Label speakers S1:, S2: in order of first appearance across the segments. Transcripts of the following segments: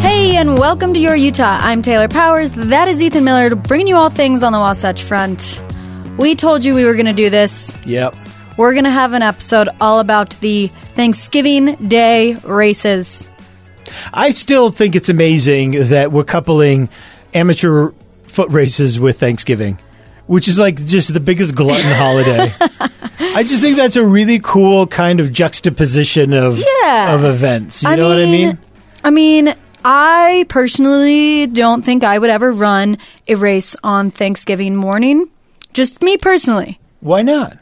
S1: Hey, and welcome to Your Utah. I'm Taylor Powers. That is Ethan Millard, bringing you all things on the Wasatch Front. We told you we were going to do this.
S2: Yep.
S1: We're going to have an episode all about the Thanksgiving Day races.
S2: I still think it's amazing that we're coupling amateur foot races with Thanksgiving, which is like just the biggest glutton holiday. I just think that's a really cool kind of juxtaposition of
S1: Yeah.
S2: of events. You know what I mean?
S1: I mean, I personally don't think I would ever run a race on Thanksgiving morning. Just me personally.
S2: Why not?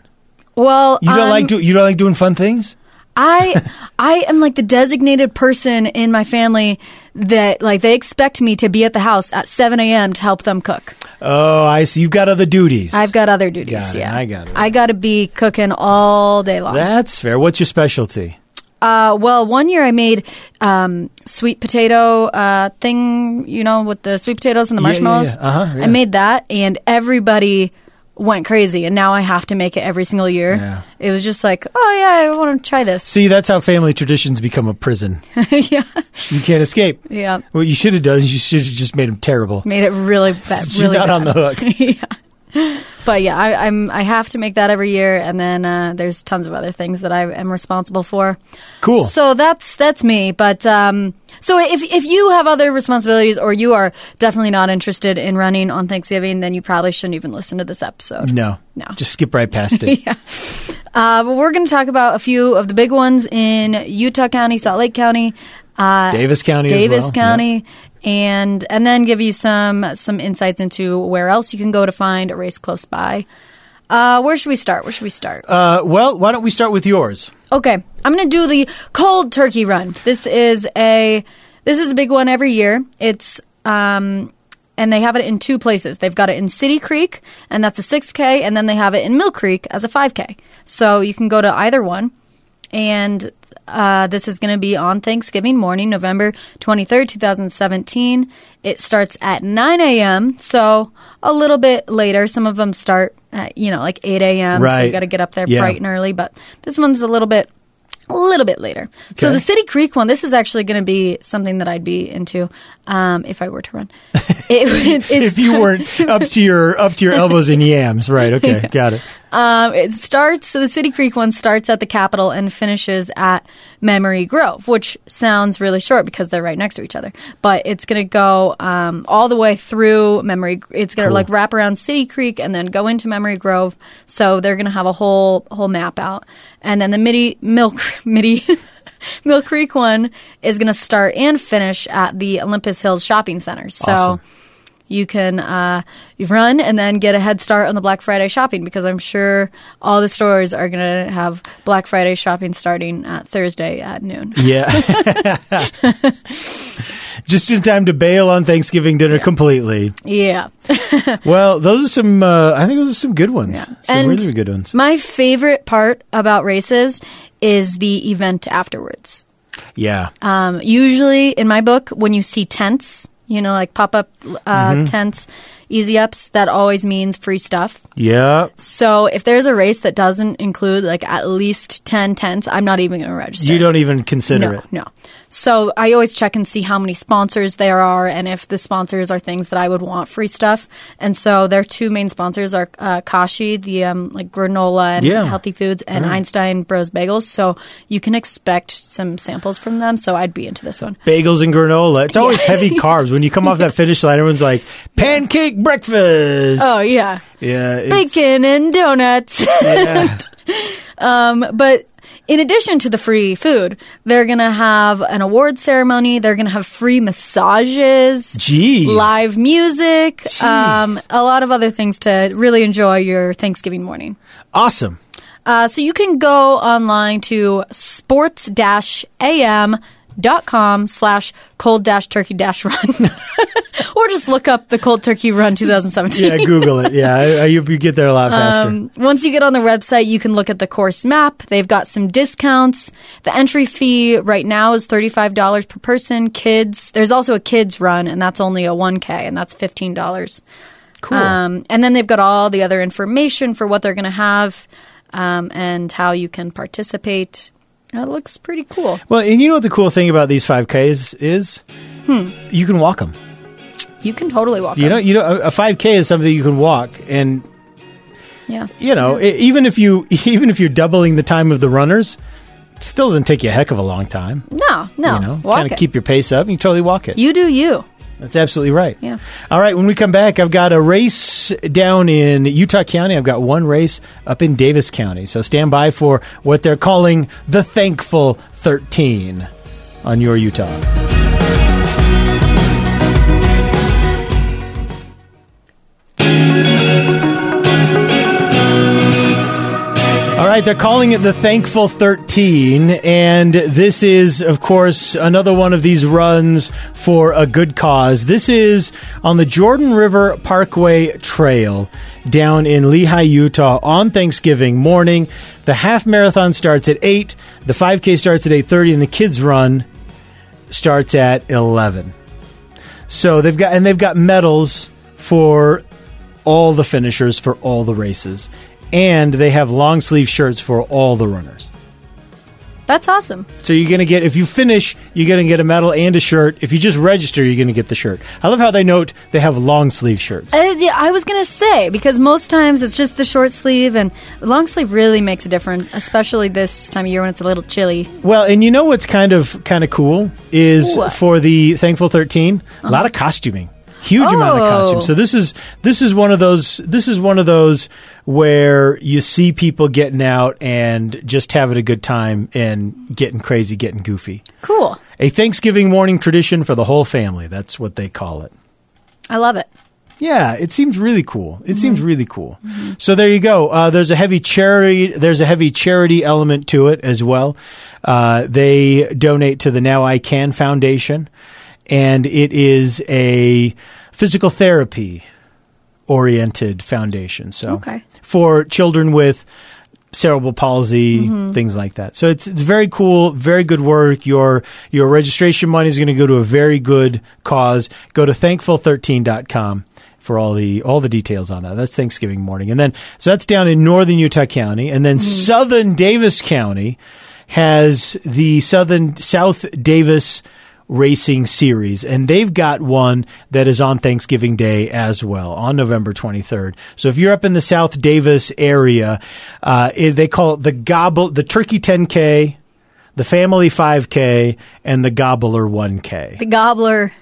S1: Well,
S2: You don't
S1: I'm-
S2: like do, you don't like doing fun things?
S1: I I am like the designated person in my family that like they expect me to be at the house at 7 a.m. to help them cook.
S2: Oh, I see. You've got other duties.
S1: I've got other duties.
S2: Got it.
S1: yeah,
S2: I got it.
S1: I got to be cooking all day long.
S2: That's fair. What's your specialty?
S1: uh, well, one year I made um, sweet potato uh, thing, you know, with the sweet potatoes and the
S2: Yeah, yeah,
S1: marshmallows.
S2: yeah. Uh-huh, yeah.
S1: I made that, and everybody went crazy. And now I have to make it every single year.
S2: Yeah.
S1: It was just like, oh yeah, I want to try this.
S2: See, that's how family traditions become a prison.
S1: yeah,
S2: You can't escape.
S1: yeah.
S2: What you should have done is you should have just made them terrible.
S1: Made it really bad.
S2: You're
S1: Really
S2: not
S1: bad.
S2: on the hook.
S1: But yeah, I, I'm I have to make that every year, and then uh, there's tons of other things that I am responsible for.
S2: Cool.
S1: So that's that's me. But um, so if if you have other responsibilities or you are definitely not interested in running on Thanksgiving, then you probably shouldn't even listen to this episode.
S2: No.
S1: No.
S2: Just skip right past it.
S1: Uh, but we're going to talk about a few of the big ones in Utah County, Salt Lake County, uh,
S2: Davis County as
S1: Davis
S2: well.
S1: County. And and then give you some some insights into where else you can go to find a race close by. Uh, where should we start? Where should we start?
S2: Uh, well, why don't we start with yours?
S1: Okay, I'm gonna do the cold turkey run. This is a this is a big one every year. It's um, and they have it in two places. They've got it in City Creek, and that's a 6K, and then they have it in Mill Creek as a 5K. So you can go to either one. And uh, this is going to be on Thanksgiving morning, November 23rd, 2017. It starts at 9 a.m., so a little bit later. Some of them start at, you know, like 8 a.m., so you
S2: Right.
S1: got to get up there
S2: Yeah.
S1: bright and early, but this one's a little bit a little bit later. So
S2: Okay.
S1: the City Creek one, this is actually going to be something that I'd be into um, if I were to run. It would- it's-
S2: If you weren't up to your up to your elbows in yams, right? Okay, got it.
S1: um, it starts. So the City Creek one starts at the Capitol and finishes at Memory Grove, which sounds really short because they're right next to each other. But it's going to go um, all the way through Memory. It's going to like wrap around City Creek and then go into Memory Grove. So they're going to have a whole whole map out, and then the Midi Milk Midi. Mill Creek one is going to start and finish at the Olympus Hills Shopping Center. So
S2: Awesome.
S1: you can uh, you run and then get a head start on the Black Friday shopping because I'm sure all the stores are going to have Black Friday shopping starting at Thursday at noon.
S2: Yeah. Just in time to bail on Thanksgiving dinner completely.
S1: yeah.
S2: Well, those are some. Uh, I think those are some good ones. Some
S1: And
S2: really good ones.
S1: My favorite part about races is the event afterwards.
S2: Yeah.
S1: Um, usually in my book, when you see tents, you know, like pop up uh, tents, easy ups, that always means free stuff.
S2: yeah.
S1: So if there's a race that doesn't include like at least 10 tents, I'm not even going to register.
S2: You don't even consider
S1: no,
S2: it.
S1: No. So I always check and see how many sponsors there are and if the sponsors are things that I would want free stuff. And so their two main sponsors are uh, Kashi, the um, like granola and
S2: Yeah.
S1: healthy foods, and Einstein Bros Bagels. So you can expect some samples from them. So I'd be into this one.
S2: Bagels and granola. It's always heavy carbs. When you come off that finish line, everyone's like, pancake breakfast.
S1: Oh, yeah.
S2: yeah. it's-
S1: Bacon and donuts.
S2: yeah.
S1: But in addition to the free food, they're going to have an award ceremony. They're going to have free massages,
S2: Jeez.
S1: live music, um, a lot of other things to really enjoy your Thanksgiving morning.
S2: Awesome.
S1: Uh, so you can go online to sports-am.com slash cold-turkey-run. or just look up the Cold Turkey Run 2017.
S2: Yeah, Google it. Yeah, I- I- you, you get there a lot faster.
S1: Um, Once you get on the website, you can look at the course map. They've got some discounts. The entry fee right now is $35 per person. Kids, there's also a kids run, and that's only a 1K, and that's $15.
S2: cool.
S1: Um, and then they've got all the other information for what they're going to have um, and how you can participate. It looks pretty cool.
S2: well, and you know what the cool thing about these 5Ks is?
S1: Hmm.
S2: You can walk them.
S1: You can totally walk.
S2: You
S1: up.
S2: know, you know, a a 5K is something you can walk, and
S1: yeah.
S2: you know, e- even if you even if you're doubling the time of the runners, it still doesn't take you a heck of a long time.
S1: No, no.
S2: you know,
S1: walk
S2: kind of
S1: it.
S2: keep your pace up. And you totally walk it.
S1: You do you.
S2: That's absolutely right.
S1: Yeah.
S2: All right. When we come back, I've got a race down in Utah County. I've got one race up in Davis County. So stand by for what they're calling the Thankful 13 on your Utah. All right, they're calling it the Thankful 13, and this is, of course, another one of these runs for a good cause. This is on the Jordan River Parkway Trail down in Lehi, Utah on Thanksgiving morning. The half marathon starts at 8, the 5K starts at 8.30, and the kids run starts at 11. So they've got, and they've got medals for all the finishers for all the races, and they have long sleeve shirts for all the runners.
S1: That's awesome.
S2: So you're gonna get if you finish, you're gonna get a medal and a shirt. If you just register, you're gonna get the shirt. I love how they note they have long sleeve shirts.
S1: Uh, yeah, I was gonna say because most times it's just the short sleeve and long sleeve really makes a difference, especially this time of year when it's a little chilly.
S2: Well, and you know what's kind of kind of cool is
S1: What? Uh-huh.
S2: for the Thankful 13, a lot of costuming. Huge amount of
S1: Oh.
S2: costume. So this is this is one of those this is one of those where you see people getting out and just having a good time and getting crazy, getting goofy.
S1: Cool,
S2: A Thanksgiving morning tradition for the whole family. That's what they call it.
S1: I love it.
S2: Yeah, it seems really cool. It seems really cool. So there you go. Uh, there's a heavy charity. There's a heavy charity element to it as well. Uh, they donate to the Now I Can Foundation, and it is a physical therapy oriented foundation. So
S1: Okay.
S2: for children with cerebral palsy, things like that. So it's it's very cool, very good work. Your your registration money is going to go to a very good cause. Go to thankful13.com for all the all the details on that. That's Thanksgiving morning. And then so that's down in northern Utah County and then southern Davis County has the southern South Davis racing series and they've got one that is on Thanksgiving Day as well on November 23rd. So if you're up in the South Davis area, uh, it- they call it the gobble the Turkey 10K, the Family 5K and the Gobbler 1K
S1: The gobbler.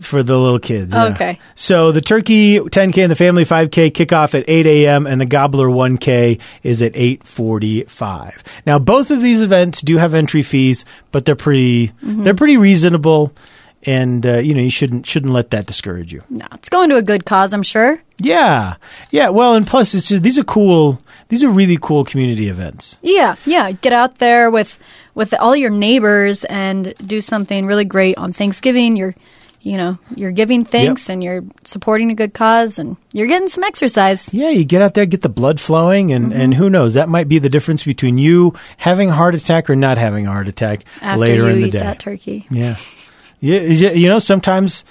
S2: for the little kids. yeah.
S1: Okay.
S2: So the Turkey 10K and the Family 5K kick off at 8 a.m. and the Gobbler 1K is at 8:45. Now both of these events do have entry fees, but they're pretty
S1: Mm-hmm.
S2: they're pretty reasonable, and uh, you know you shouldn't shouldn't let that discourage you.
S1: No, it's going to a good cause, I'm sure.
S2: Yeah, yeah. Well, and plus it's just, these are cool. These are really cool community events.
S1: Yeah, yeah. Get out there with with all your neighbors and do something really great on Thanksgiving. You're you know you're giving thanks and you're supporting a good cause and you're getting some exercise.
S2: Yeah, you get out there, get the blood flowing, and,
S1: Mm-hmm.
S2: and who knows? That might be the difference between you having a heart attack or not having a heart attack
S1: After
S2: later
S1: you
S2: in the
S1: eat
S2: day.
S1: that turkey,
S2: Yeah. Yeah, is it- you know sometimes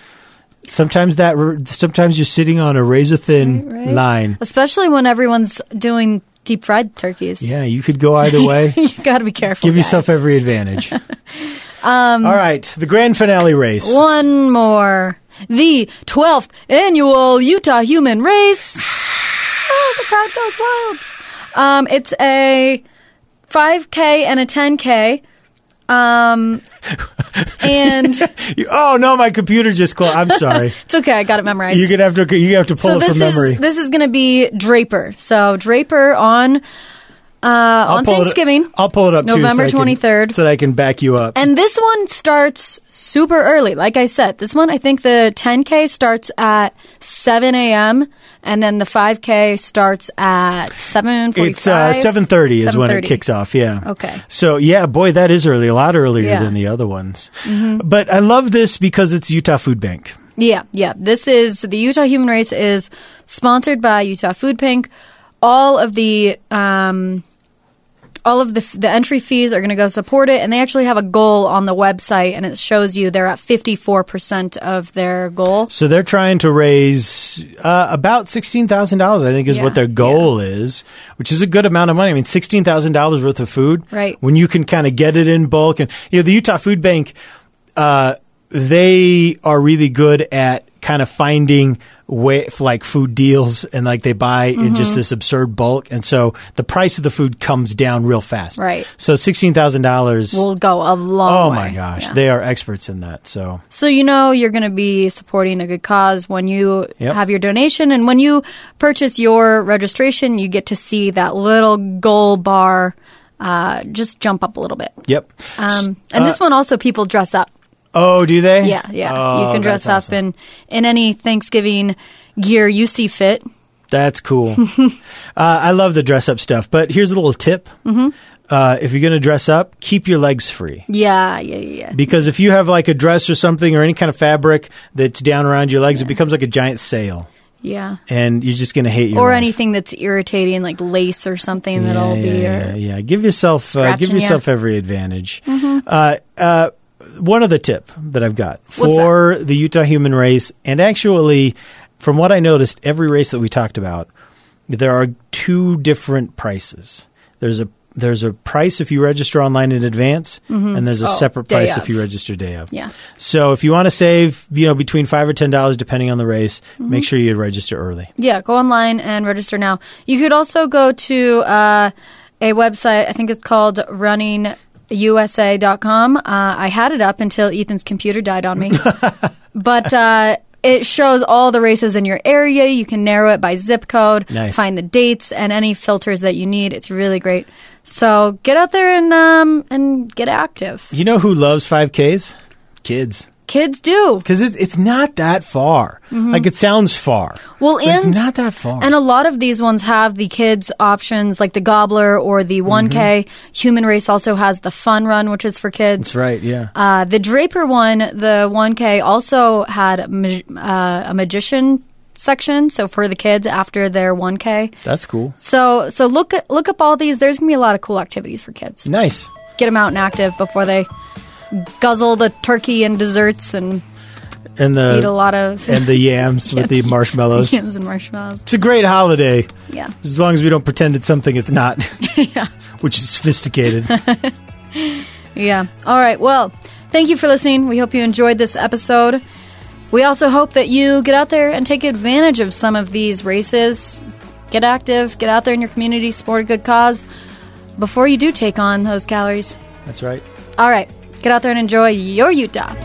S2: sometimes that sometimes you're sitting on a razor thin
S1: Right?
S2: line.
S1: especially when everyone's doing deep fried turkeys.
S2: Yeah, you could go either way.
S1: you got to be careful.
S2: Give yourself
S1: guys.
S2: every advantage.
S1: Um,
S2: All right, the grand finale race.
S1: one more. The 12th annual Utah Human Race. oh, the crowd goes wild. Um, it's a 5K and a 10K. Um, and it's
S2: You- oh no, my computer just closed. I'm sorry.
S1: okay. I got it memorized.
S2: You're gonna have to you have to pull
S1: so
S2: it
S1: this
S2: from memory.
S1: is this is going to be Draper. So Draper on uh,
S2: I'll
S1: on
S2: pull it-
S1: Thanksgiving,
S2: I'll pull it up too, so
S1: November
S2: I can-
S1: 23rd.
S2: so that I can back you up.
S1: And this one starts super early. Like I said, this one, I think the 10K starts at 7 a.m. and then the 5K starts at 7.45.
S2: It's uh, seven thirty is when it kicks off. Yeah.
S1: Okay.
S2: So yeah, boy, that is early. A lot earlier
S1: Yeah.
S2: than the other ones. But I love this because it's Utah Food Bank.
S1: Yeah, yeah. This is the Utah Human Race is sponsored by Utah Food Bank. All of the um, all of the f- the entry fees are going to go support it, and they actually have a goal on the website, and it shows you they're at fifty four percent of their goal.
S2: So they're trying to raise uh, about sixteen thousand dollars. I think is
S1: Yeah.
S2: what their goal is, which is a good amount of money. I mean, sixteen thousand dollars worth of food.
S1: Right.
S2: When you can kind of get it in bulk, and you know, the Utah Food Bank, uh, they are really good at kind of finding way like food deals and like they buy in
S1: Mm-hmm.
S2: just this absurd bulk and so the price of the food comes down real fast
S1: Right.
S2: so $16000
S1: Will go a long
S2: oh
S1: way.
S2: my gosh
S1: Yeah.
S2: they are experts in that so
S1: So you know you're going to be supporting a good cause when you
S2: Yep.
S1: have your donation and when you purchase your registration, you get to see that little goal bar uh, just jump up a little bit.
S2: yep
S1: Um, and this one also people dress up.
S2: oh do they
S1: Yeah, yeah.
S2: Uh, Oh,
S1: you can dress
S2: that's
S1: up
S2: awesome.
S1: in in any Thanksgiving gear you see fit.
S2: That's cool. uh, I love the dress up stuff, but here's a little tip. Mm-hmm. Uh, if you're going to dress up, keep your legs free.
S1: Yeah, yeah, yeah. yeah.
S2: Because if you have like a dress or something or any kind of fabric that's down around your legs, it becomes like a giant sail.
S1: Yeah.
S2: And you're just going to hate your
S1: Or
S2: life.
S1: anything that's irritating, like lace or something
S2: Yeah,
S1: that'll
S2: yeah,
S1: be.
S2: yeah,
S1: or,
S2: yeah. Give yourself uh, give
S1: scratching ya.
S2: yourself every advantage. Uh, uh, one other tip that I've got
S1: What's that?
S2: for the Utah human race, and actually, from what I noticed, every race that we talked about, there are two different prices. There's a there's a price if you register online in advance, and there's a
S1: Oh,
S2: separate
S1: day
S2: price
S1: of.
S2: if you register day of.
S1: Yeah.
S2: So if you want to save, you know, between five or ten dollars depending on the race,
S1: Mm-hmm.
S2: make sure you register early.
S1: Yeah, go online and register now. You could also go to uh, a website, I think it's called runningusa.com. Uh, I had it up until Ethan's computer died on me. but uh, it shows all the races in your area. You can narrow it by zip code,
S2: Nice.
S1: find the dates, and any filters that you need. It's really great. So get out there and, um, and get active.
S2: You know who loves five Ks? Kids.
S1: Kids do.
S2: because it's it's not that far. Like it sounds far.
S1: Well,
S2: but it's
S1: Mm-hmm. and-
S2: not that far.
S1: And a lot of these ones have the kids options, like the Gobbler or the 1K. Human Race also has the Fun Run, which is for kids.
S2: Mm-hmm. That's right. Yeah.
S1: Uh, the Draper one, the 1K, also had a mag- uh, a magician section, so for the kids after their 1K.
S2: That's cool.
S1: So, so look at- look up all these. There's gonna be a lot of cool activities for kids.
S2: Nice.
S1: Get them out and active before they guzzle the turkey and desserts and
S2: And
S1: eat a
S2: the
S1: lot of
S2: Uh, and the yams with the marshmallows.
S1: yams and marshmallows.
S2: It's a great holiday
S1: Yeah.
S2: as long as we don't pretend it's something it's not. Which is sophisticated.
S1: Yeah. All right. Well, thank you for listening. We hope you enjoyed this episode. We also hope that you get out there and take advantage of some of these races. Get active, get out there in your community, support a good cause before you do take on those calories.
S2: That's right.
S1: All right. Get out there and enjoy your Utah.